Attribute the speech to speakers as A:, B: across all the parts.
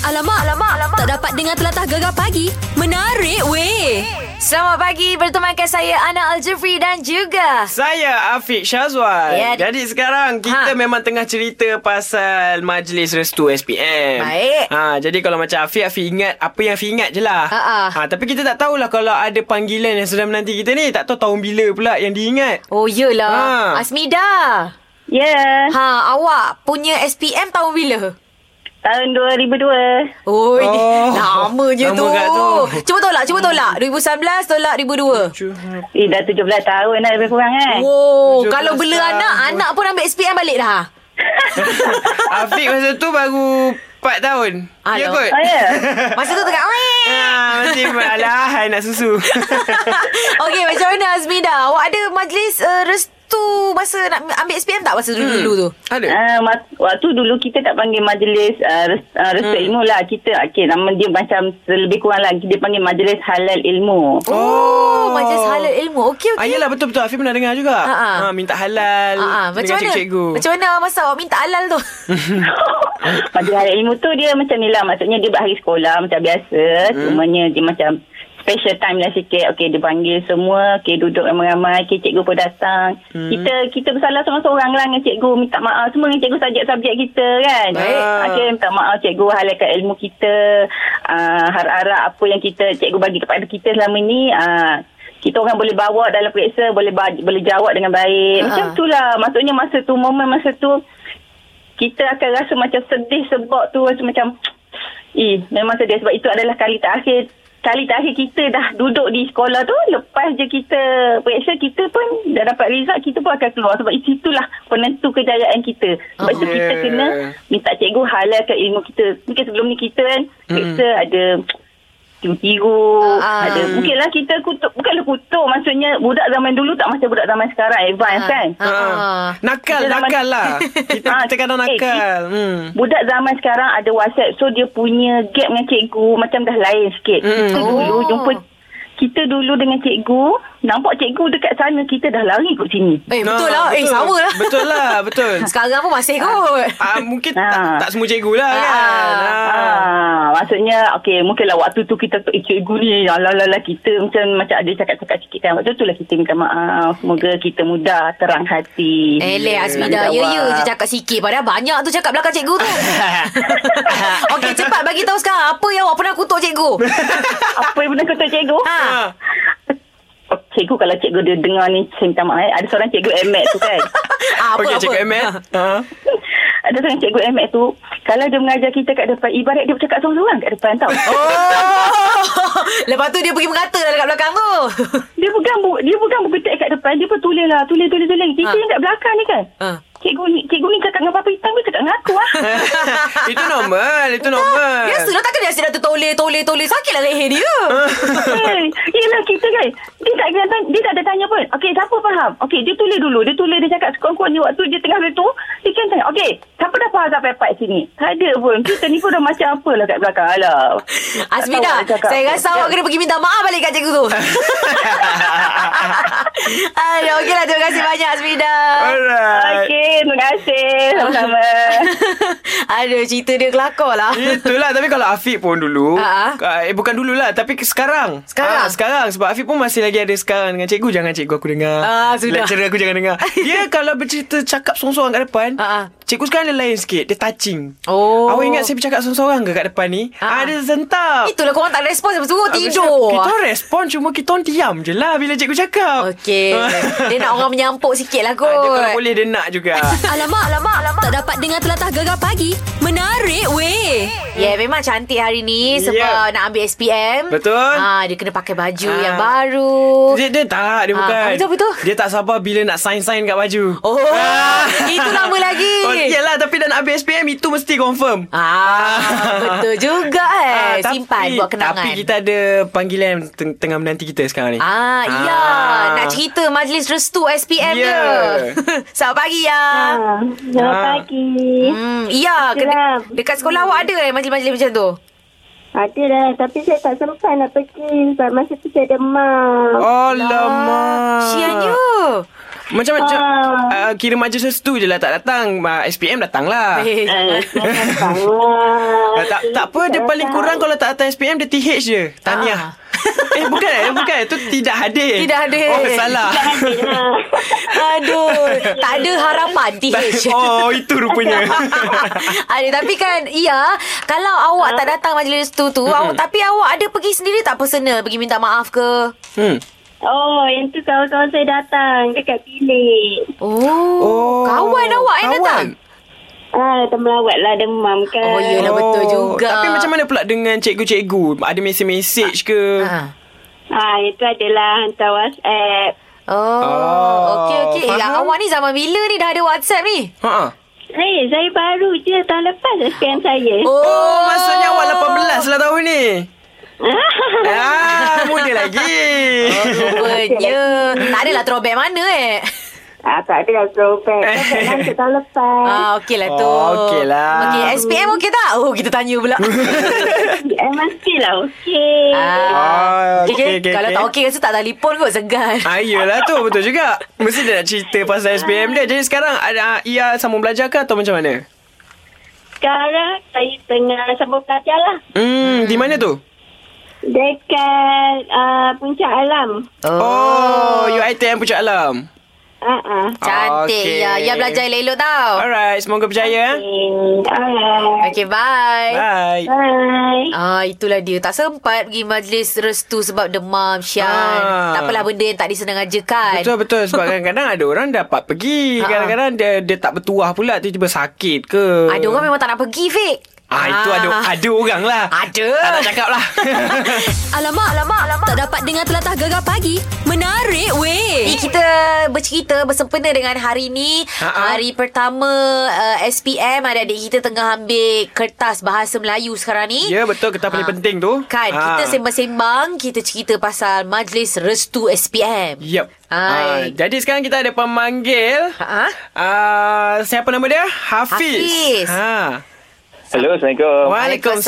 A: Alamak, alamak, alamak. Tak dapat dengar telatah gegar pagi. Menarik weh.
B: Selamat pagi bertemankan saya Ana Aljufri dan juga
C: Saya Afiq Syazwan.
B: Ya.
C: Jadi sekarang
B: Ha.
C: kita memang tengah cerita pasal Majlis Restu SPM.
B: Baik.
C: Ha, jadi kalau macam Afiq, Afiq ingat apa yang Afiq ingat je lah.
B: Ha, ha.
C: Ha, tapi kita tak tahulah kalau ada panggilan yang sedang menanti kita ni. Tak tahu tahun bila pula yang diingat.
B: Oh yelah
C: Ha.
B: Asmida
D: Ya, yeah,
B: Ha awak punya SPM tahun bila?
D: tahun 2002.
B: Oi,
C: Oh.
B: oh, lama je
C: Lama
B: tu.
C: kat tu.
B: Cuba tolak, cuba tolak. 2019 tolak 2002.
D: Eh, dah 17 tahun dah lebih kurang kan?
B: Oh. Wow,
C: 17
B: kalau bela
C: Eh. tahun.
B: anak, anak pun ambil SPM balik dah.
C: Afiq masa tu baru 4 tahun. Ya
B: Alah.
C: kot?
D: Oh, ya?
B: Masa tu tengah
C: Ha, masih malah nak susu.
B: Okey, macam mana Azmida? Awak ada majlis uh, restu masa nak ambil SPM tak masa dulu-dulu
C: Hmm.
B: tu?
C: Ada?
D: Uh, waktu dulu kita tak panggil majlis uh, res, uh, restu hmm. ilmu lah. Kita, okay, nama dia macam lebih kurang lagi. Dia panggil majlis halal ilmu.
B: Oh, majlis halal ilmu. Okey,
C: Ah,
B: okey.
C: yelah betul-betul Afiq pernah dengar juga.
B: Ha, ha.
C: Ha, minta halal.
B: Ah, ah, macam
C: dengan
B: mana?
C: cikgu-cikgu.
B: Macam mana masa awak minta halal tu?
D: majlis halal ilmu tu dia macam ni lah. Maksudnya dia buat hari sekolah macam biasa. Hmm. Cumanya dia macam special time lah sikit. Okay, dia panggil semua. Okay, duduk ramai-ramai. Okay, cikgu pun datang. Kita kita bersalah seorang-seorang lah dengan cikgu. Minta maaf semua dengan cikgu subjek-subjek kita kan.
C: Baik.
D: Okay, minta maaf cikgu halalkan ilmu kita. Uh, harap-harap apa yang kita cikgu bagi kepada kita selama ni. Uh, kita orang boleh bawa dalam periksa. Boleh ba- boleh jawab dengan baik. Macam
B: Ha.
D: tu lah. Maksudnya masa tu, momen masa tu kita akan rasa macam sedih sebab tu rasa macam eh memang sedih sebab itu adalah kali terakhir kali terakhir kita dah duduk di sekolah tu lepas je kita periksa kita pun dah dapat result kita pun akan keluar sebab itu itulah penentu kejayaan kita sebab itu
C: Uh-uh.
D: kita
C: Yeah.
D: kena minta cikgu halalkan ilmu kita mungkin sebelum ni kita kan periksa ada tiru-tiru
B: Ah.
D: ada mungkinlah kita kutuk bukanlah kutuk maksudnya budak zaman dulu tak macam budak zaman sekarang advance kan
B: Ah, ah.
C: Nakal,
D: Kita zaman-
C: nakal lah. Kita,
D: Ah,
C: kita kadang
D: eh,
C: nakal.
D: ki-
C: Hmm.
D: Budak zaman sekarang ada WhatsApp so dia punya gap dengan cikgu macam dah lain sikit.
C: Mm.
D: Kita dulu
B: Oh.
D: jumpa kita dulu dengan cikgu, nampak cikgu dekat sana kita dah lari kot sini.
B: Eh,
C: Nah,
B: betul lah. Eh, sama lah.
C: Betul lah, betul.
B: Sekarang pun masih kot.
C: ah, mungkin
D: Ah.
C: tak, tak semua cikgu lah kan.
B: Ha. Ah.
D: Ah.
C: Ah.
D: maksudnya okey mungkinlah waktu tu kita eh, cikgu ni alalala kita macam macam ada cakap-cakap sikit kan. Waktu tu lah kita minta maaf. Semoga kita mudah terang hati.
B: Eleh Azmida
D: Nak
B: Ya ya
D: jawab.
B: je cakap sikit Padahal banyak tu cakap belakang cikgu tu Okey cepat bagi tahu sekarang Apa yang awak pernah kutuk cikgu
D: Apa yang pernah kata cikgu?
B: ha.
C: Ah.
D: Oh, cikgu kalau cikgu dia dengar ni saya minta maaf eh. Ada seorang cikgu Ahmed tu kan.
B: Ah, apa,
C: Okey,
B: apa? Ha.
C: cikgu Ahmed. Ah.
D: Ada seorang cikgu Ahmed tu Kalau dia mengajar kita kat depan Ibarat dia bercakap seorang-seorang kat depan tau
B: Oh Lepas tu dia pergi merata lah Dekat belakang tu
D: Dia pegang buku, dia pegang buku teks kat depan Dia pun tulis lah Tulis, tulis, tulis Kita
B: Ha.
D: yang kat belakang ni kan
B: Ha.
D: Cikgu ni, cikgu ni cakap dengan Papa Hitam Dia cakap dengan aku lah
C: itu normal, itu normal.
B: Biasalah takkan dia asyik dah tertoleh Toleh toleh Sakit lah leher dia
D: hey, Yelah kita kan Dia tak kena tanya, dia tak ada tanya pun Okey siapa faham Okey dia tulis dulu Dia tulis dia cakap sekurang-kurangnya Waktu dia tengah tu Dia kan tanya Okey siapa dah faham sampai part sini Tak ada pun Kita ni pun dah macam apalah kat belakang Alah Tak tahu
B: Azmida
D: nak cakap
B: Saya
D: apa.
B: rasa awak kena pergi minta maaf balik Kat cikgu tu Aduh Okey lah terima kasih banyak Azmida
C: Alright.
D: Okey terima kasih Sama-sama
B: Aduh cerita dia kelakor lah
C: Itulah Tapi kalau Afiq pun dulu
B: Ah,
C: uh, Eh bukan dululah Tapi ke- sekarang
B: Sekarang?
C: Ah, Sekarang Sebab Afiq pun masih lagi ada sekarang Dengan cikgu Jangan cikgu aku dengar
B: Ah, sudah.
C: Lecturer aku jangan dengar Dia kalau bercerita Cakap sorang-sorang kat depan
B: Ah, ah.
C: Cikgu sekarang dia lain sikit Dia touching
B: Oh.
C: Awak ingat saya bercakap sorang-sorang ke kat depan ni
B: Ah, ah.
C: Ada sentap
B: Itulah korang tak respon Sebab suruh
C: Habis
B: tidur
C: Kita orang respon Cuma kita orang diam je lah Bila cikgu cakap
B: Okey. Dia nak orang menyampuk sikit lah kot.
C: Ah, Dia kalau boleh dia nak juga
A: Alamak, alamak, alamak. Tak dapat dengar telatah gegar pagi. Menarik weh.
B: Ya, yeah, memang cantik hari ni sebab
C: Ya.
B: nak ambil SPM.
C: Betul.
B: Ha, dia kena pakai baju
C: Ah.
B: yang baru.
C: Dia, dia tak Dia
B: Ah,
C: bukan
B: betul, betul.
C: Dia tak sabar bila nak sign-sign kat baju Ah.
B: Oh, itu lama lagi.
C: Oh, yelah tapi dah nak habis SPM Itu mesti confirm
B: Ah, betul juga
C: Ah,
B: eh. Simpan buat kenangan.
C: Tapi kita ada panggilan teng- Tengah menanti kita sekarang ni
B: Ah, ya. Nak cerita majlis restu SPM
C: Ya.
B: dia. Selamat pagi, ya.
D: Selamat
C: Ah.
D: pagi.
B: Hmm, ya,
D: Itulah.
B: dekat, dekat sekolah awak ada eh majlis-majlis macam tu?
D: Ada dah. Tapi saya tak sempat nak
C: Oh.
D: pergi sebab masa tu saya demam.
C: Alamak
B: Ah, Sianya.
C: Macam macam
D: Ah.
C: uh, kira majlis tu je lah tak datang. Uh, SPM datanglah.
B: Eh,
D: Eh,
C: Ah, tak tak apa dia paling kurang kalau tak datang SPM dia TH je. Tahniah. eh bukan eh bukan tu tidak hadir.
B: Ah. Tidak hadir.
C: Oh salah.
D: lah.
B: Aduh, tak ada harapan TH.
C: oh itu rupanya.
B: ada tapi kan iya kalau awak tak datang majlis tu tu awak, tapi awak ada pergi sendiri tak personal pergi minta maaf ke?
C: hmm.
D: Oh, yang tu kawan-kawan saya datang dekat bilik.
B: Oh, oh kawan awak yang datang.
D: Ah, termelawat lah demam kan.
B: Oh, ya. Yelah, betul juga.
C: Tapi macam mana pula dengan cikgu-cikgu? Ada mesej-mesej ke?
B: Ha.
D: Ah, itu adalah hantar WhatsApp.
B: Oh,
C: Oh,
B: okey okey. Eh,
C: faham.
B: Awak ni zaman bila ni dah ada WhatsApp ni?
C: Ha ah.
D: Eh, saya baru je tahun lepas SPM saya. Oh.
C: Oh, oh, maksudnya awak 18 lah tahun ni. ah, muda lagi.
B: Oh, Rupanya Tak adalah throwback mana eh
D: Ah, tak ada lah throwback. Throwback masa tahun lepas.
B: ah, Okey lah tu
C: Oh, okey lah.
B: Okey SPM okey tak? Oh kita tanya pula
D: Eh, mestilah okey.
B: ah,
C: Ah,
B: okey,
C: okey, okey,
B: Kalau tak okey
C: okey.
B: Rasa tak telefon kot Segan
C: Ah, yelah tu betul juga. Mesti dia nak cerita pasal SPM dia. Jadi sekarang ada ah, ia sambung belajar ke atau macam mana?
D: Sekarang saya tengah sambung belajar lah.
C: Hmm, di mana tu?
D: Dekat uh, puncak alam.
C: Oh, UiTM Pucuk Alam.
D: Ah, ah.
B: Cantik
C: Okey.
B: ya Ya belajar elok-elok tau
C: Alright, semoga berjaya. eh.
D: Okay. Alright.
B: Okey bye
C: Bye.
D: Bye.
B: Ah itulah dia tak sempat pergi majlis restu sebab demam Syan.
C: Ah.
B: Tak apalah benda yang tak disengajakan. kan.
C: Betul betul sebab kadang-kadang ada orang dapat pergi,
B: Ha-ha.
C: kadang-kadang dia dia tak bertuah pula tiba-tiba sakit ke.
B: Ada orang memang tak nak pergi Fik.
C: Ah itu ada ada orang lah.
B: Ada.
C: Tak nak cakap lah.
A: Alamak, alamak, alamak. Tak dapat dengar telatah gegar pagi. Menarik
B: Ni
A: weh.
B: kita bercerita bersempena dengan hari ni
C: Ha-ha.
B: Hari pertama uh, SPM Adik-adik kita tengah ambil kertas bahasa Melayu sekarang ni
C: ya betul kita paling
B: Ha.
C: penting tu.
B: Kan
C: Ha.
B: kita sembang-sembang Kita cerita pasal Majlis Restu SPM
C: Yep. Ah,
B: Hai.
C: jadi sekarang kita ada pemanggil.
B: Ha?
C: Ah, siapa nama dia? Hafiz.
B: Hafiz.
C: Ha.
E: Hello, Assalamualaikum.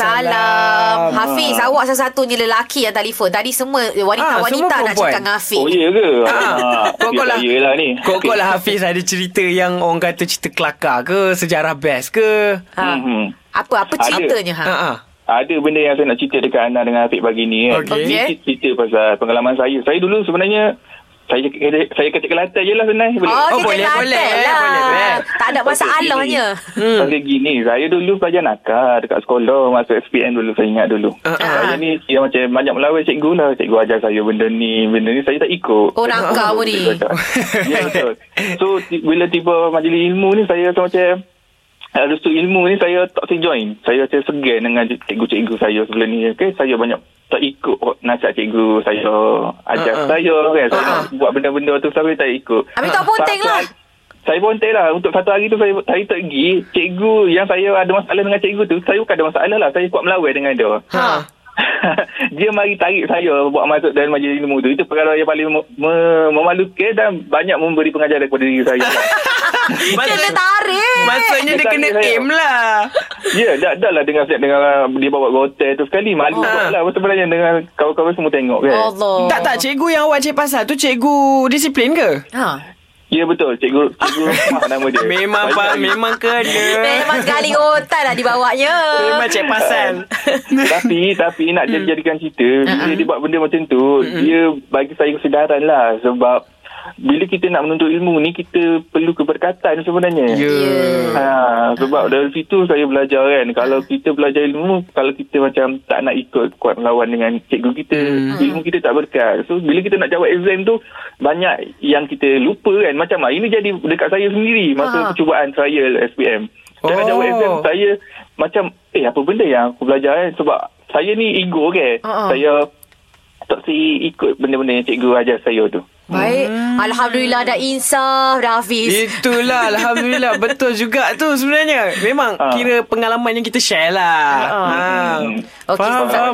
B: Hafiz awak salah satunya lelaki yang telefon Tadi semua
C: Ah,
B: wanita-wanita
C: semua
B: nak
C: perempuan.
B: cakap dengan Hafiz Ah,
E: Oh, ya ke?
C: Ha. Kau-kau lah.
E: Yelah ni.
C: Kau-kau lah Hafiz ada cerita yang orang kata cerita kelakar ke, sejarah best ke?
B: ha.
E: Mhm.
B: Apa apa
E: Ada.
B: ceritanya ha?
C: Ha. Ha.
E: Ada benda yang saya nak cerita dekat Ana dengan Afiq pagi ni. Kan?
C: Okey.
E: Ini cerita- cerita pasal pengalaman saya. Saya dulu sebenarnya, saya saya kata Kelantan je lah sebenarnya. Boleh?
B: Oh,
C: Oh,
B: kita
C: boleh,
B: Kelantan
C: boleh,
B: lah.
C: boleh, boleh.
B: Tak ada
E: Pasal
B: masalahnya.
E: gini. Hmm. Pasal gini, saya dulu pelajar nakal dekat sekolah masuk SPM dulu, saya ingat dulu.
C: Ah, ah.
E: Saya ni ya, macam banyak melawan cikgu lah. Cikgu ajar saya benda ni, benda ni saya tak ikut.
B: Oh, nakal pun ni.
E: Ya, betul. So, ti- bila tiba majlis ilmu ni, saya rasa macam Uh, Lepas tu ilmu ni saya tak saya join. Saya saya segan dengan cikgu-cikgu saya sebelum ni. Okay? Saya banyak tak ikut nasihat cikgu saya. Ajar
C: Ah, ah.
E: saya kan. Saya
C: Ah,
E: nak buat benda-benda tu saya tak ikut.
B: Habis tak ponteng
E: Satu
B: lah.
E: hari- Saya ponteng lah. Untuk satu hari tu saya, saya tak pergi. Cikgu yang saya ada masalah dengan cikgu tu, saya bukan ada masalah lah. Saya kuat melawai dengan dia.
C: Ha.
E: dia mari tarik saya buat masuk dalam majlis ilmu tu. Itu perkara yang paling me- me- memalukan dan banyak memberi pengajaran kepada diri saya. lah.
B: Kena
C: Maksud-
B: tarik.
C: Maksudnya dia
E: Dia
C: kena
E: tak boleh.
C: aim lah.
E: Ya, dah, dah lah dengar dengan dia bawa ke hotel tu sekali.
C: Oh.
E: Malu oh. lah sebenarnya dengan kawan-kawan semua tengok kan.
B: Allah.
C: Tak tak cikgu yang awak cek pasal tu cikgu disiplin ke?
B: Ha.
E: Ya, betul. Cikgu, cikgu Fah nama dia.
C: Memang
E: Saya
C: pak
E: tak-
C: memang kena.
B: Memang sekali otak lah dibawanya.
C: Memang cek pasal.
E: tapi, tapi nak jadi jadikan cerita, bila dia buat benda macam tu, dia bagi saya kesedaran lah. Sebab bila kita nak menuntut ilmu ni, kita perlu keberkatan sebenarnya.
C: Ya,
B: Ya.
E: Ha, sebab dari situ saya belajar kan. Kalau kita belajar ilmu, kalau kita macam tak nak ikut kuat melawan dengan cikgu kita,
B: Hmm.
E: ilmu kita tak berkat. So, bila kita nak jawab exam tu, banyak yang kita lupa kan. Macam lah, ini jadi dekat saya sendiri
B: Ah.
E: masa percubaan trial SPM. Saya nak
C: Oh.
E: jawab exam, saya macam, eh apa benda yang aku belajar kan? Sebab saya ni ego kan.
B: Ah, ah.
E: Saya tak si ikut benda-benda yang cikgu ajar saya tu.
B: Baik. Alhamdulillah dah insaf dah Hafiz.
C: Itulah Alhamdulillah Betul juga tu sebenarnya Memang
E: Ah.
C: kira pengalaman yang kita share lah ha.
E: Hmm.
B: Ah, Okey.
C: Faham, faham.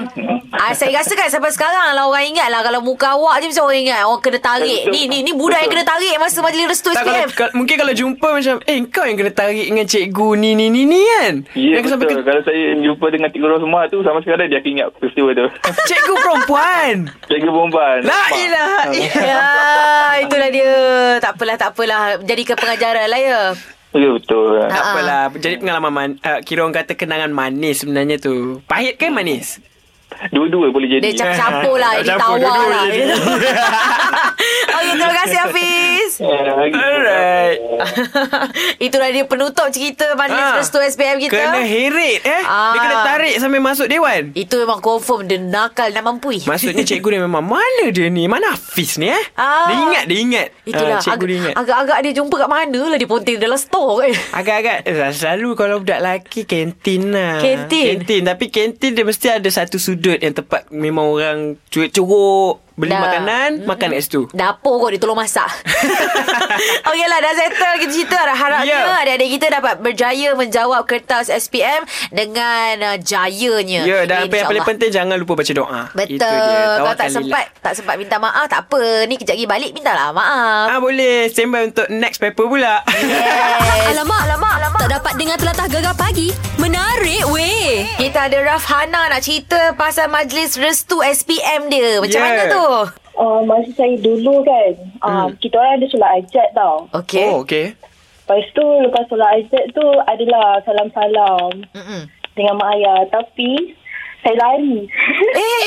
B: Ah, saya rasa kan sampai sekarang lah orang ingat lah kalau muka awak je mesti orang ingat orang kena tarik.
E: Betul.
B: Ni ni ni budak yang kena tarik masa majlis restu
C: Tak, kalau,
B: SPM.
C: kalau, mungkin kalau jumpa macam Eh kau yang kena tarik dengan cikgu ni ni ni ni kan
B: Eh,
E: Ya
C: Yang
E: betul.
C: sampai ke-
E: Kalau saya jumpa dengan Cikgu Rosma tu sama sekali dia akan ingat peristiwa tu.
C: Cikgu perempuan
E: Cikgu perempuan.
C: La
E: Mak.
C: ilaha illallah.
B: Ya, itulah dia. Tak apalah, tak apalah. Jadikan pengajaran lah ya.
E: Ya betul.
C: Tak
B: Ah.
C: apalah Jadi pengalaman man, uh, Kira orang kata kenangan manis sebenarnya tu Pahit ke manis?
E: Dua-dua boleh jadi.
B: Dia campur-campur lah. Dia
C: Ya. Campur
B: tawar
C: dua-dua
B: lah.
C: je.
B: Okey, terima kasih Hafiz.
E: Eh,
C: Alright.
B: Itulah dia penutup cerita majlis
C: Ah.
B: restu SPM kita.
C: Kena heret eh
B: Ah.
C: Dia kena tarik sampai masuk dewan
B: Itu memang confirm dia nakal dan mampui.
C: Maksudnya cikgu dia memang Mana dia ni? Mana Hafiz ni eh?
B: Ah.
C: Dia ingat, dia ingat
B: Itulah
C: Ah, Cikgu dia
B: ag-
C: ingat
B: Agak-agak dia jumpa kat mana lah Dia ponting dalam store kan
C: Agak-agak eh, Selalu kalau budak lelaki Kantin lah
B: Kantin?
C: Kantin Tapi kantin dia mesti ada satu sudut Yang tempat memang orang Curuk-curuk Beli
B: Dah.
C: makanan Makan kat situ
B: Dapur kot dia tolong masak Okey lah dah settle kita cerita Harapnya
C: Ya.
B: adik-adik kita dapat berjaya Menjawab kertas SPM Dengan uh, jayanya
C: Ya dan apa yang
B: InsyaAllah.
C: paling penting Jangan lupa baca doa
B: Betul
C: Itu dia lah.
B: Kalau tak
C: Tawakalilah.
B: sempat Tak sempat minta maaf Tak apa Ni kejap lagi balik Minta lah maaf
C: Ah boleh standby untuk next paper pula.
B: Yes.
A: Alamak, alamak, alamak. Tak dapat dengar telatah gegar pagi. Menarik weh.
B: Kita ada Raf Hana nak cerita pasal majlis restu SPM dia. Macam
C: Ya.
B: mana tu?
D: Uh, masa saya dulu kan, uh, hmm. kita orang ada solat ajat tau.
B: Okey.
C: Oh okey.
D: Lepas tu, lepas solat ajat tu adalah salam-salam
B: Mm-mm.
D: dengan mak ayah. Tapi, saya lari.
B: Eh,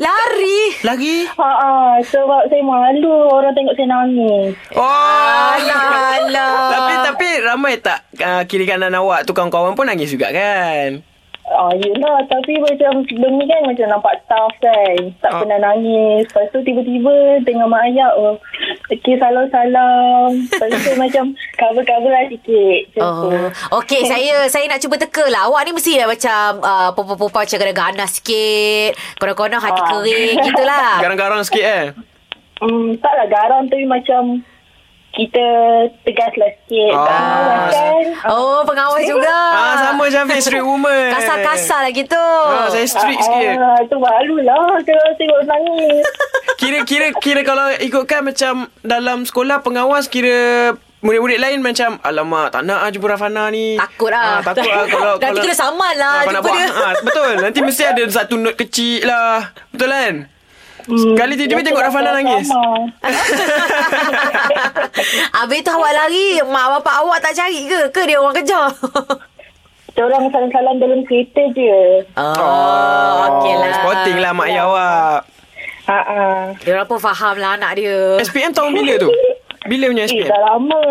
B: lari.
C: Lagi.
D: Ha ah, sebab saya malu orang tengok saya nangis.
C: Oh.
B: Alah, alah.
C: tapi tapi ramai tak uh, kiri kanan awak tu kawan-kawan pun nangis juga kan?
D: Ah, yelah, tapi macam benda kan macam nampak tough kan. Tak
C: Ah.
D: pernah nangis. Lepas tu tiba-tiba tengah mak ayah, oh, okay, salam-salam. Lepas tu macam cover-cover lah sikit. Macam tu.
B: Oh. Okey, saya saya nak cuba teka lah. Awak ni mestilah macam uh, perempuan-perempuan macam kena ganas sikit. Konon-konon hati
D: Ah.
B: kering gitulah.
C: Garang-garang sikit eh.
D: Hmm, taklah garang tapi macam kita tegaslah sikit.
C: Ah.
D: Ah, kan?
B: Oh, pengawas juga.
C: Ah sama Syafiq street woman.
B: Kasar-kasar lah gitu.
C: Ah saya street sikit.
D: Ah, tu malulah kalau tengok nangis.
C: Kira kira kira kalau ikutkan macam dalam sekolah pengawas kira murid-murid lain macam alamak tak nak ah jumpa Rafana ni.
B: Takut
C: Ah,
B: lah.
C: takut ah kalau
B: Nanti
C: kalau-
B: kena saman lah
C: kalau nak
B: jumpa
C: buat-
B: dia.
C: ah, betul. Nanti mesti ada satu note kecil lah. Betul kan? Sekali
D: Hmm,
C: tiba-tiba tengok Rafana nangis.
D: Sama.
B: Habis tu awak lari Mak bapak awak tak cari ke Ke dia orang kejar
D: Kita orang salam-salam dalam kereta je.
B: Oh Okey lah
C: Sporting lah mak ayah awak.
D: Ha ah.
B: Dia orang pun faham lah anak dia
C: SPM tahun bila tu? Bila punya
D: Eh,
C: SPM?
D: dah lama.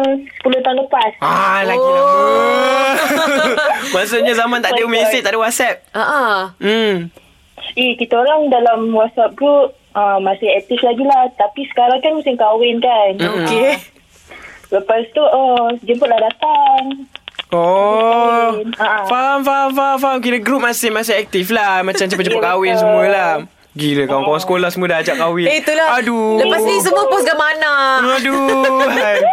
D: 10 tahun lepas.
C: Ah, lagi
B: Oh.
C: lama. Maksudnya zaman tak ada mesej, tak ada WhatsApp.
B: uh-uh.
C: Hmm.
D: Eh, kita orang dalam WhatsApp group ah, masih aktif lagi lah. Tapi sekarang kan musim kahwin kan.
B: Ah,
C: Hmm.
B: Okey
D: Lepas tu, oh, jemputlah datang.
C: Oh.
D: Ah.
C: Faham, faham, faham, faham. Kira grup masih masih aktif lah. Macam cepat-cepat
D: Ya,
C: kahwin
D: betul.
C: semua lah. Gila, kawan-kawan sekolah semua dah ajak kahwin.
B: Eh itulah
C: Aduh. Hmm.
B: Lepas ni semua post gambar anak
C: Aduh. Hai.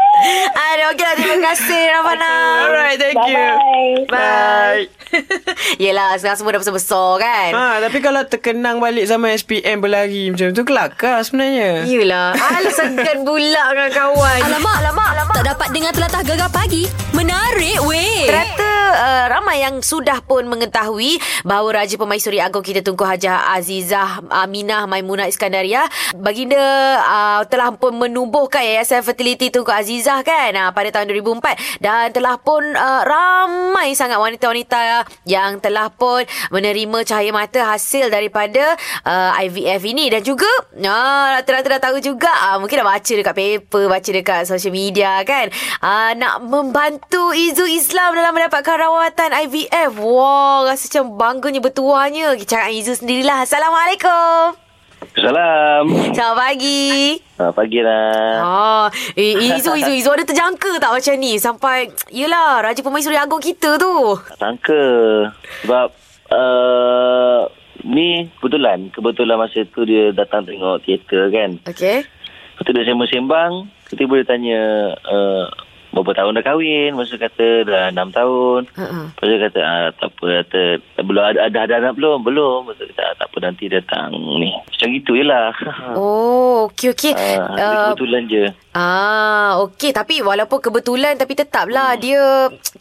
B: Aduh okey lah terima kasih Rafana
C: Alright, thank you.
D: Bye-bye.
C: Bye.
B: Yelah sekarang semua dah besar-besar kan
C: Ha, tapi kalau terkenang balik zaman SPM berlari macam tu kelakar sebenarnya.
B: Yelah Alah segan pula dengan kawan
A: Alamak, alamak, alamak. Tak dapat dengar telatah gegar pagi. Menarik weh.
B: Ternyata uh, ramai yang sudah pun mengetahui bahawa Raja Pemaisuri Agong kita Tunku Hajah Azizah Aminah Maimunah Iskandariah baginda uh, telah pun menubuhkan Yayasan Fertility Tunku Azizah kan uh, pada tahun 2004 dan telah pun uh, ramai sangat wanita-wanita yang telah pun menerima cahaya mata hasil daripada uh, IVF ini dan juga uh, rata-rata dah tahu juga uh, mungkin dah baca dekat paper baca dekat social media kan uh, nak membantu isu Islam dalam mendapatkan rawatan IVF wow rasa macam bangganya bertuahnya cakap dengan isu sendirilah Assalamualaikum
E: Salam.
B: Selamat pagi
E: Ah, pagi lah.
B: Ah, eh, Izu, Izu, Izu ada terjangka tak macam ni Sampai, yelah, Raja Pemaisuri Agong kita tu
F: Sangka Sebab
E: eh,
F: uh, Ni kebetulan Kebetulan masa tu dia datang tengok teater kan
B: Okay
F: Lepas tu dia sembang-sembang Tiba-tiba dia tanya uh,
E: eh, berapa tahun dah kahwin masa kata dah enam tahun
B: Uh-uh.
E: lepas tu kata ah, tak apa kata tak- belum ada, ada ada anak belum belum masa kata ah, tak apa nanti datang ni macam gitu je lah
B: Oh, okey okey.
E: Ah,
B: Uh,
E: kebetulan je
B: Ah, okey tapi walaupun kebetulan tapi tetaplah hmm. dia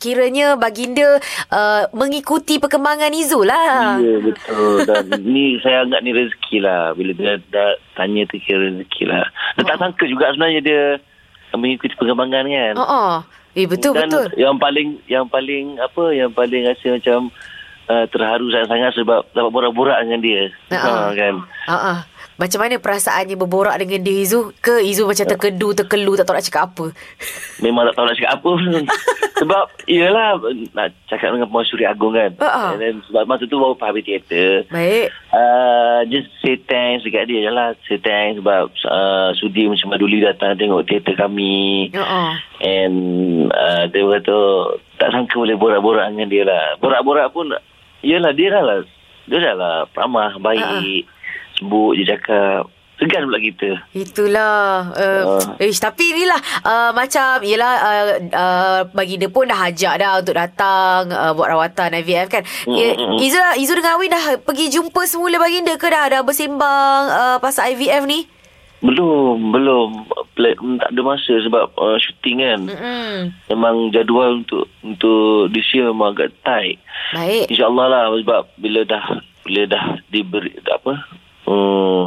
B: kiranya baginda uh, mengikuti perkembangan Izul lah.
E: Ya betul Dan ni saya anggap ni rezeki lah Bila dia dah tanya tu kira rezeki lah Dia
B: Oh.
E: tak sangka juga sebenarnya dia Mengikuti perkembangan kan
B: Ha ah. Eh betul
E: Dan
B: betul.
E: yang paling Yang paling apa Yang paling rasa macam uh, Terharu sangat-sangat Sebab dapat borak-borak dengan dia
B: Ha-ha.
E: ha, kan
B: Ha ah. Macam mana perasaannya berborak dengan dia Izu? Ke Izu
E: Ya.
B: macam terkedu, terkelu, tak tahu nak cakap apa?
E: Memang tak tahu nak cakap apa pun. Sebab Yelah Nak cakap dengan pemaisuri agung kan
B: Ha-ha.
E: And then, Sebab masa tu baru habis teater
B: Baik.
E: Uh, just say thanks dekat dia je lah. Say thanks sebab uh, sudi macam Maduli datang tengok teater kami.
B: Ha ah.
E: And uh, dia kata tak sangka boleh borak-borak dengan dia lah. Borak-borak pun, yelah dia dah lah. Dia dah lah ramah, baik, sebut je cakap. Segan pula kita.
B: Itulah uh, uh.
E: Ah.
B: Ish, Tapi ni lah uh, Macam Yelah uh, uh, Baginda pun dah ajak dah Untuk datang uh, Buat rawatan IVF kan mm-hmm. Izu, Izu dengan Awi dah Pergi jumpa semula baginda ke dah Dah bersembang uh, Pasal IVF ni
E: Belum, belum. Plan, tak ada masa sebab uh, syuting kan.
B: mm.
E: Memang jadual untuk untuk this year memang agak tight.
B: Baik
E: InsyaAllah lah sebab bila dah bila dah diberi apa hmm,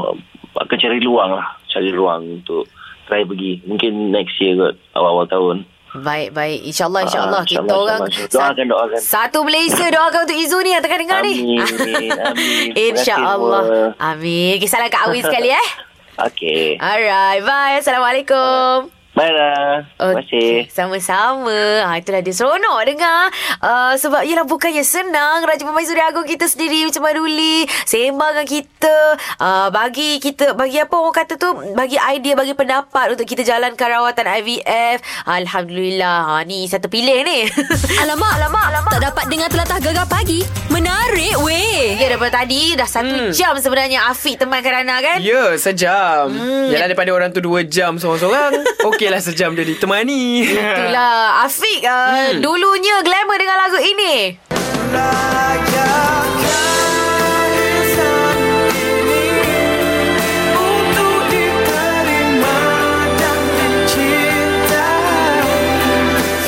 E: akan cari luang lah cari luang untuk try pergi mungkin next year kot awal-awal tahun
B: Baik baik InsyaAllah insyaAllah
E: Ah,
B: Kita
E: insyaAllah,
B: orang
E: insyaAllah. Doakan,
B: sat-
E: doakan.
B: Satu Malaysia doakan untuk Izu ni Yang tengah dengar ni
E: Amin, amin. Terima kasih
B: InsyaAllah
E: semua.
B: Amin Okay salam kat Awi sekali eh
E: Okay
B: Alright bye Assalamualaikum
E: bye lah
B: Oh,
E: terima kasih
B: Okey, Sama-sama. Ha, itulah dia seronok dengar. Uh, sebab yelah bukannya senang. Raja Pemaisuri Agong kita sendiri macam Maduli. Sembang dengan kita. Uh, bagi kita, bagi apa orang kata tu? Bagi idea, bagi pendapat untuk kita jalankan rawatan IVF. Alhamdulillah. Ha, ni satu pilih ni.
G: Alamak, alamak, alamak. Tak dapat dengar telatah gegar pagi. Menarik weh.
B: ya, daripada tadi dah satu hmm. jam sebenarnya Afiq temankan Ana kan?
C: Ya, sejam. Hmm. Yalah daripada orang tu dua jam seorang-seorang. Okeylah sejam dia ditemani.
B: Itulah Afiq uh, hmm. dulunya glamour dengan lagu ini.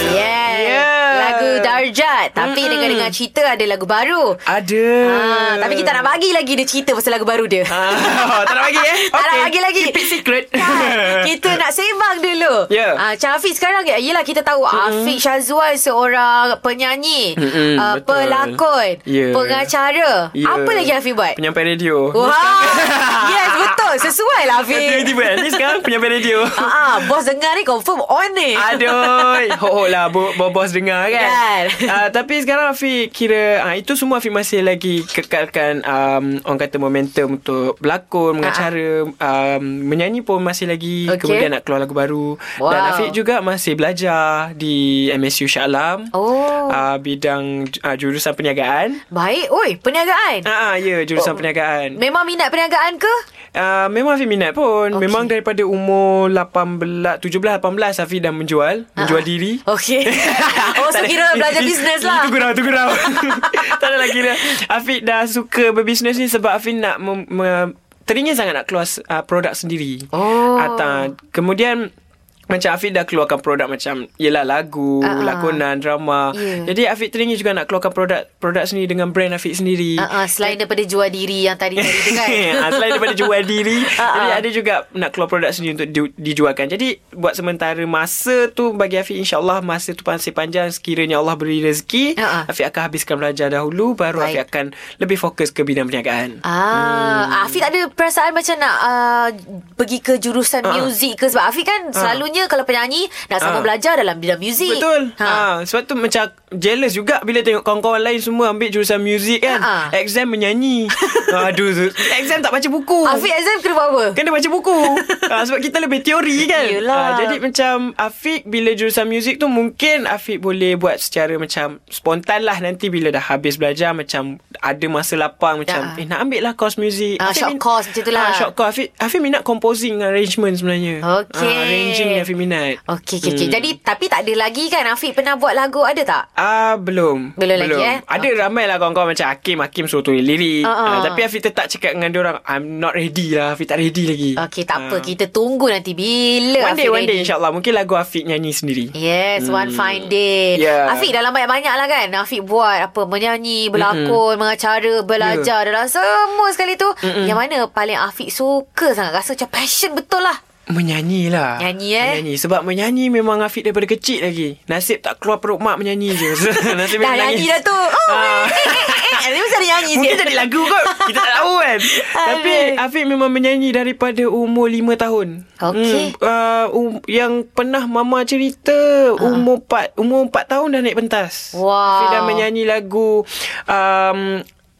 B: Yes.
C: Yeah.
B: Lagu Darjat tapi
C: Mm-mm.
B: dengar-dengar cerita ada lagu baru.
C: Ada.
B: Ah, tapi kita nak bagi lagi dia cerita pasal lagu baru dia.
C: Ah, tak nak bagi eh?
B: Tak nak
C: Okey.
B: bagi lagi.
C: Keep it secret.
B: Kan? kita nak sembang dulu.
C: Ya.
B: Ah, macam Afiq sekarang, yelah kita tahu mm-hmm. Afiq Syazwan seorang penyanyi,
C: Mm-mm,
B: ah,
C: betul.
B: pelakon,
C: Ya.
B: pengacara.
C: Ya.
B: Apa lagi Afiq buat? Oh,
C: Penyampaian radio.
B: Wah,
C: kan?
B: yes betul. Sesuai lah Afiq.
C: Tiba-tiba kan? Ni sekarang penyampaian radio.
B: Ah, ah, bos dengar ni confirm on ni.
C: Aduh Hok-hok lah bo- bo- Bos dengar kan
B: Kan.
C: uh, Tapi sekarang Afiq Kira uh, Itu semua Afiq masih lagi Kekalkan um, Orang kata momentum Untuk berlakon Mengacara um, Menyanyi pun masih lagi
B: Ah. Okey.
C: Kemudian nak keluar lagu baru
B: Wow.
C: Dan Afiq juga Masih belajar Di MSU Shah Alam
B: Oh.
C: uh, Bidang uh, Jurusan perniagaan
B: Baik. Oi, perniagaan.
C: Ah, uh,
B: Oh.
C: ya, jurusan perniagaan.
B: Memang minat perniagaan ke?
C: Uh, memang Afi minat pun.
B: Okey.
C: Okay. Memang daripada umur 18, 17, 18 Afi dah menjual,
B: Ah,
C: menjual diri.
B: Okey. Oh, so
C: Tak ada.
B: kira belajar
C: Itu-
B: bisnes
C: itu-
B: lah.
C: Itu gurau, itu gurau. tak ada lagi dah. Afiq dah suka berbisnes ni sebab Afiq nak mem, me, teringin sangat nak keluar uh, produk sendiri.
B: Oh.
C: Atau, kemudian macam Afiq dah keluarkan produk macam Yelah lagu,
B: Ah, ah.
C: uh-uh. lakonan, drama
B: Ya.
C: Jadi Afiq teringin juga nak keluarkan produk Produk sendiri dengan brand Afiq sendiri
B: Uh, uh, selain daripada jual diri yang tadi tadi tu kan.
C: Ah, Selain daripada jual diri
B: Ah,
C: Jadi
B: ah.
C: ada juga Nak keluar produk sendiri Untuk di, dijualkan Jadi buat sementara Masa tu bagi Afiq InsyaAllah Masa tu masih panjang Sekiranya Allah beri rezeki
B: Ah, ah.
C: Afiq akan habiskan belajar dahulu Baru
B: Baik.
C: Afiq akan Lebih fokus ke bidang perniagaan
B: Ah, hmm. Afiq tak ada perasaan macam nak uh, pergi ke jurusan uh.
C: Ah.
B: muzik ke sebab Afiq kan uh. selalunya kalau penyanyi nak sama uh.
C: Ah.
B: belajar dalam bidang muzik.
C: Betul ha.
B: Ha.
C: Sebab tu macam Jealous juga Bila tengok kawan-kawan lain Semua ambil jurusan muzik kan
B: Ha, ha.
C: Exam menyanyi Aduh Zul. Exam tak baca buku
B: Afiq Azam kena buat apa?
C: Kan dia baca buku ha, Sebab kita lebih teori kan
B: Yelah.
C: Ah, Jadi macam Afiq bila jurusan muzik tu Mungkin Afiq boleh buat secara macam Spontan lah nanti bila dah habis belajar Macam ada masa lapang Macam
B: Ah.
C: eh, nak ambil lah course muzik
B: Ah,
C: Afiq
B: short course macam tu lah.
C: ah, Short course Afiq, Afiq minat composing dengan arrangement sebenarnya
B: Okey. Oh.
C: Ah, Arranging ni Afiq minat
B: Okey, okey,
C: Hmm.
B: okay. Jadi, tapi tak ada lagi kan Afiq pernah buat lagu, ada tak?
C: Ah belum.
B: Belum lagi, eh?
C: Ada okay. ramai lah kawan-kawan macam Hakim, Hakim suruh tulis lirik.
B: Ah, ah.
C: Ah, tapi Afiq tetap cakap dengan dia orang, I'm not ready lah, Afiq tak ready lagi.
B: Okey, tak
C: Ah.
B: apa. Kita tunggu nanti bila
C: One day,
B: Afiq
C: one day
B: ready.
C: insyaAllah. Mungkin lagu Afiq nyanyi sendiri.
B: Yes, hmm. one fine day.
C: Yeah.
B: Afiq dalam banyak-banyak lah kan. Afiq buat apa, menyanyi, berlakon, mm mengacara, belajar dalam semua sekali tu. Mm-mm. Yang mana paling Afiq suka sangat. Rasa macam passion betul lah.
C: Menyanyi lah
B: Nyanyi, eh?
C: Menyanyi Sebab menyanyi memang Afiq daripada kecil lagi Nasib tak keluar perut mak menyanyi je Nasib
B: Dah nyanyi dah tu. Oh, eh,
C: Ah.
B: eh, eh, eh. Ada mesti ada nyanyi
C: Mungkin
B: sikit.
C: jadi lagu kot Kita tak tahu kan Tapi Afiq memang menyanyi Daripada umur 5 tahun
B: Okey.
C: hmm, uh, um, Yang pernah Mama cerita Umur 4 Umur 4 tahun dah naik pentas
B: Ah. Wow.
C: Afiq dah menyanyi lagu um,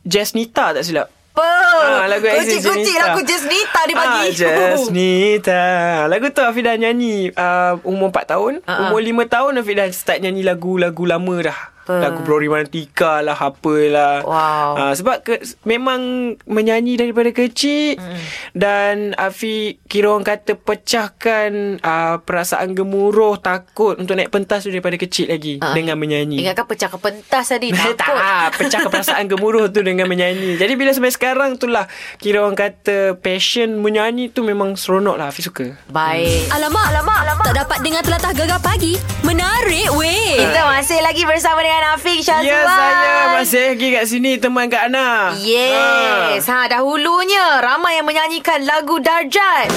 C: Jazz Nita tak silap
B: Apa?
C: Ah, lagu Aziz
B: Kucing-kucing
C: Jaznita.
B: lah, lagu Jasnita dia bagi.
C: Ah, Jasnita. Lagu tu Afiq dah nyanyi uh, umur 4 tahun.
B: Ah, ah.
C: Uh-huh. Umur 5 tahun Afiq dah start nyanyi lagu-lagu lama dah. Lagu Brori Mantika lah, apalah.
B: Wow.
C: Ah, sebab ke, memang menyanyi daripada kecil.
B: Hmm.
C: Mm. Dan Afiq kira orang kata pecahkan uh, perasaan gemuruh, takut untuk naik pentas tu daripada kecil
B: Ah,
C: lagi.
B: ah.
C: Uh-huh. Dengan menyanyi.
B: Ingatkan pecah ke pentas tadi.
C: Saya tak Ah, Pecah ke perasaan gemuruh tu Dengan menyanyi Jadi bila sampai sekarang tu lah Kira orang kata Passion menyanyi tu Memang seronok lah Hafiz suka
B: Baik.
A: Alamak, alamak, alamak. Tak dapat dengar telatah gegar pagi. Menarik weh.
B: Kita masih lagi bersama dengan Afiq Syazwan.
C: Ya Hmm. saya Masih lagi kat sini Teman Kak Ana Ah.
B: Yes. Ha. dahulunya ramai yang menyanyikan lagu Darjat.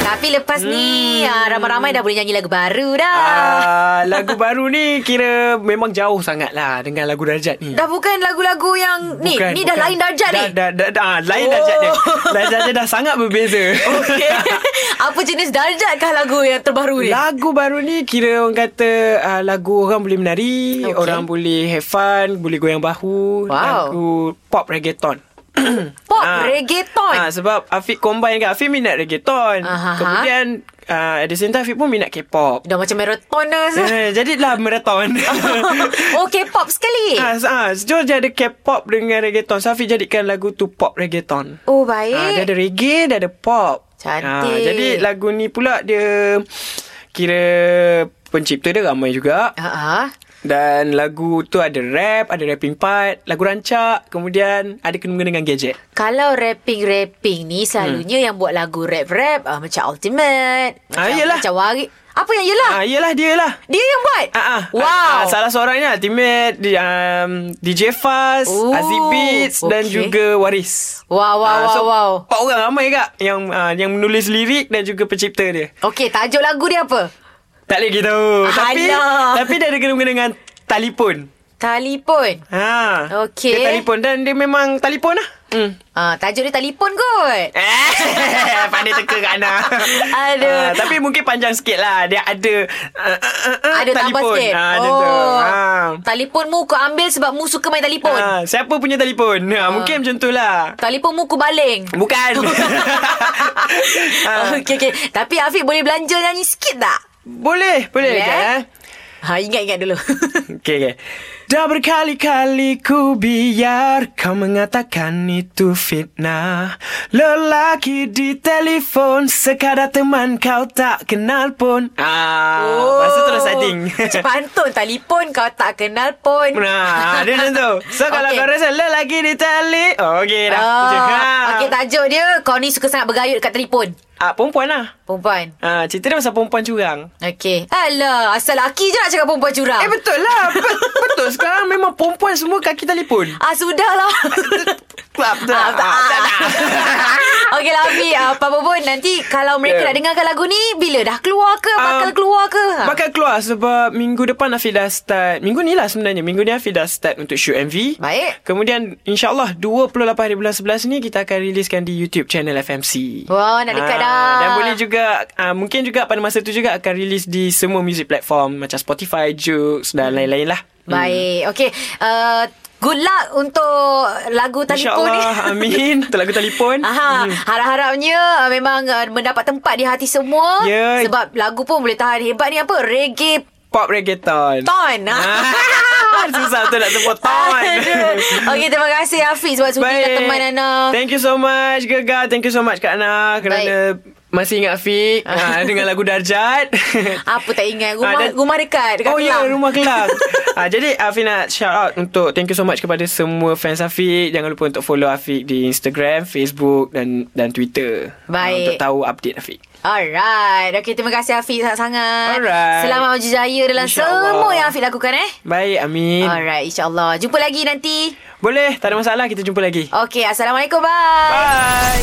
B: Tapi lepas hmm. ni ha, ramai-ramai dah boleh nyanyi lagu baru dah.
C: Ah, lagu baru ni kira memang jauh sangat lah dengan lagu darjat ni.
B: Dah bukan lagu-lagu yang ni,
C: Bukan,
B: ni dah
C: bukan.
B: lain darjat ni.
C: dah, Dah, dah, dah, ah, lain
B: Oh.
C: darjat dia. Darjat dia dah sangat berbeza.
B: Okey. Apa jenis darjat kah lagu yang terbaru ni?
C: Lagu baru ni kira orang kata uh, lagu orang boleh menari,
B: Okey.
C: okay. orang boleh have fun, boleh goyang bahu,
B: Wow.
C: lagu pop reggaeton.
B: Pop
C: Ah.
B: reggaeton.
C: Ah, sebab Afiq combine kan Afiq minat reggaeton.
B: Aha.
C: Kemudian uh, at the same time Afiq pun minat K-pop.
B: Dah macam marathoners.
C: Eh, jadilah marathon.
B: oh, K-pop sekali.
C: Ah, ah, sejauh dia ada K-pop dengan reggaeton. So, Afiq jadikan lagu tu pop reggaeton.
B: Oh, baik.
C: Ah, dia ada reggae, dia ada pop. Ah,
B: Cantik.
C: jadi lagu ni pula dia kira pencipta dia ramai juga.
B: Ha ah.
C: Dan lagu tu ada rap, ada rapping part, lagu rancak, kemudian ada kena dengan gadget.
B: Kalau rapping-rapping ni selalunya hmm. yang buat lagu rap-rap ah, macam Ultimate, macam,
C: Ah, yelah.
B: macam Warik. Apa yang yelah?
C: Ah, yelah dia lah.
B: Dia yang buat?
C: Ah, ah.
B: Wow.
C: Ah, ah, salah seorangnya Ultimate, di, um, DJ Faz,
B: Ooh,
C: Aziz Beats dan
B: okay.
C: juga Waris.
B: Wow, wow,
C: Ah,
B: wow,
C: so,
B: wow.
C: Empat orang ramai kak yang uh, yang menulis lirik dan juga pencipta dia.
B: Okey, tajuk lagu dia apa?
C: Tak lagi tahu. Tapi
B: Alah.
C: tapi dia ada kena dengan telefon.
B: Telefon.
C: Ha.
B: Okey.
C: Dia telefon dan dia memang telefon lah. Hmm.
B: Ah, tajuk dia telefon kot.
C: Eh, pandai teka kat Ana.
B: Aduh.
C: Ah, tapi mungkin panjang sikit lah. Dia ada... Uh, uh, uh,
B: Ada tambah sikit. Oh.
C: Ha, macam tu. Ha.
B: Telefon mu kau ambil sebab mu suka main telefon. Ah.
C: Ha, siapa punya telefon? Ha, Mungkin macam tu lah.
B: Telefon mu ku baling.
C: Bukan. ha,
B: Okey, okey. Tapi Afiq boleh belanja nyanyi sikit tak?
C: boleh,
B: Boleh,
C: boleh. Boleh.
B: eh?
C: eh?
B: Ha, ingat-ingat dulu.
C: Okay, okay. Dah berkali-kali ku biar kau mengatakan itu fitnah Lelaki di telefon sekadar teman kau tak kenal pun Ah, oh. Lepas tu terus setting
B: Macam pantun telefon Oh. kau tak kenal pun.
C: Nah, dia macam tu So kalau
B: Okey.
C: kau rasa lelaki di tele oh, Okay dah
B: Oh,
C: ha.
B: Okey, tajuk dia kau ni suka sangat bergayut dekat telefon.
C: ah, Perempuan lah
B: Perempuan.
C: ah, Cerita dia pasal perempuan curang
B: Okey. Alah, asal laki je nak cakap perempuan curang.
C: Eh betul lah Bet- Betul sekarang memang perempuan semua kaki telefon
B: Ah, sudahlah.
C: tak, tak, tak, tak, tak.
B: Okey lah Abi uh, Apa pun nanti Kalau mereka
C: Ya.
B: nak dengarkan lagu ni Bila dah keluar ke Bakal
C: Um,
B: keluar ke Ha.
C: Bakal keluar sebab minggu depan Afiq dah start. Minggu ni lah sebenarnya. Minggu ni Afiq dah start untuk shoot MV.
B: Baik.
C: Kemudian insyaAllah 28 hari bulan 11 ni kita akan riliskan di YouTube channel FMC.
B: Wah, nak dekat
C: Ah,
B: dah.
C: Dan boleh juga, uh, mungkin juga pada masa tu juga akan rilis di semua music platform macam Spotify, Joox dan lain-lain lah.
B: Baik Okay uh, Good luck untuk lagu telefon ni.
C: InsyaAllah. Amin. Hmm. Untuk lagu telefon.
B: Aha, harap-harapnya uh, memang uh, mendapat tempat di hati semua
C: Ya.
B: sebab lagu pun boleh tahan hebat ni apa reggae
C: Pop reggaeton.
B: ton.
C: Ah, Susah tu nak sebut ton.
B: Aduh. Okey, terima kasih Hafiz sebab sudi dah teman Ana.
C: Thank you so much Gegar Thank you so much Kak Ana Kerana Masih ingat Fik ha, Dengan lagu Darjat
B: Ah. Apa tak ingat rumah
C: Ah, dan-
B: rumah dekat dekat
C: oh ya,
B: Kelang.
C: rumah Kelang. ah, jadi Afiq nak shout out untuk thank you so much kepada semua fans Afiq. Jangan lupa untuk follow Afiq di Instagram, Facebook dan dan Twitter. Ah,
B: Baik.
C: untuk tahu update Afiq.
B: Alright. Okey, terima kasih Hafiz sangat-sangat.
C: Alright.
B: Selamat berjaya dalam
C: InsyaAllah.
B: semua yang Hafiz lakukan eh.
C: Baik, amin.
B: Alright, insyaAllah. Jumpa lagi nanti.
C: Boleh, tak ada masalah. Kita jumpa lagi.
B: Okey, Assalamualaikum. Bye.
C: Bye.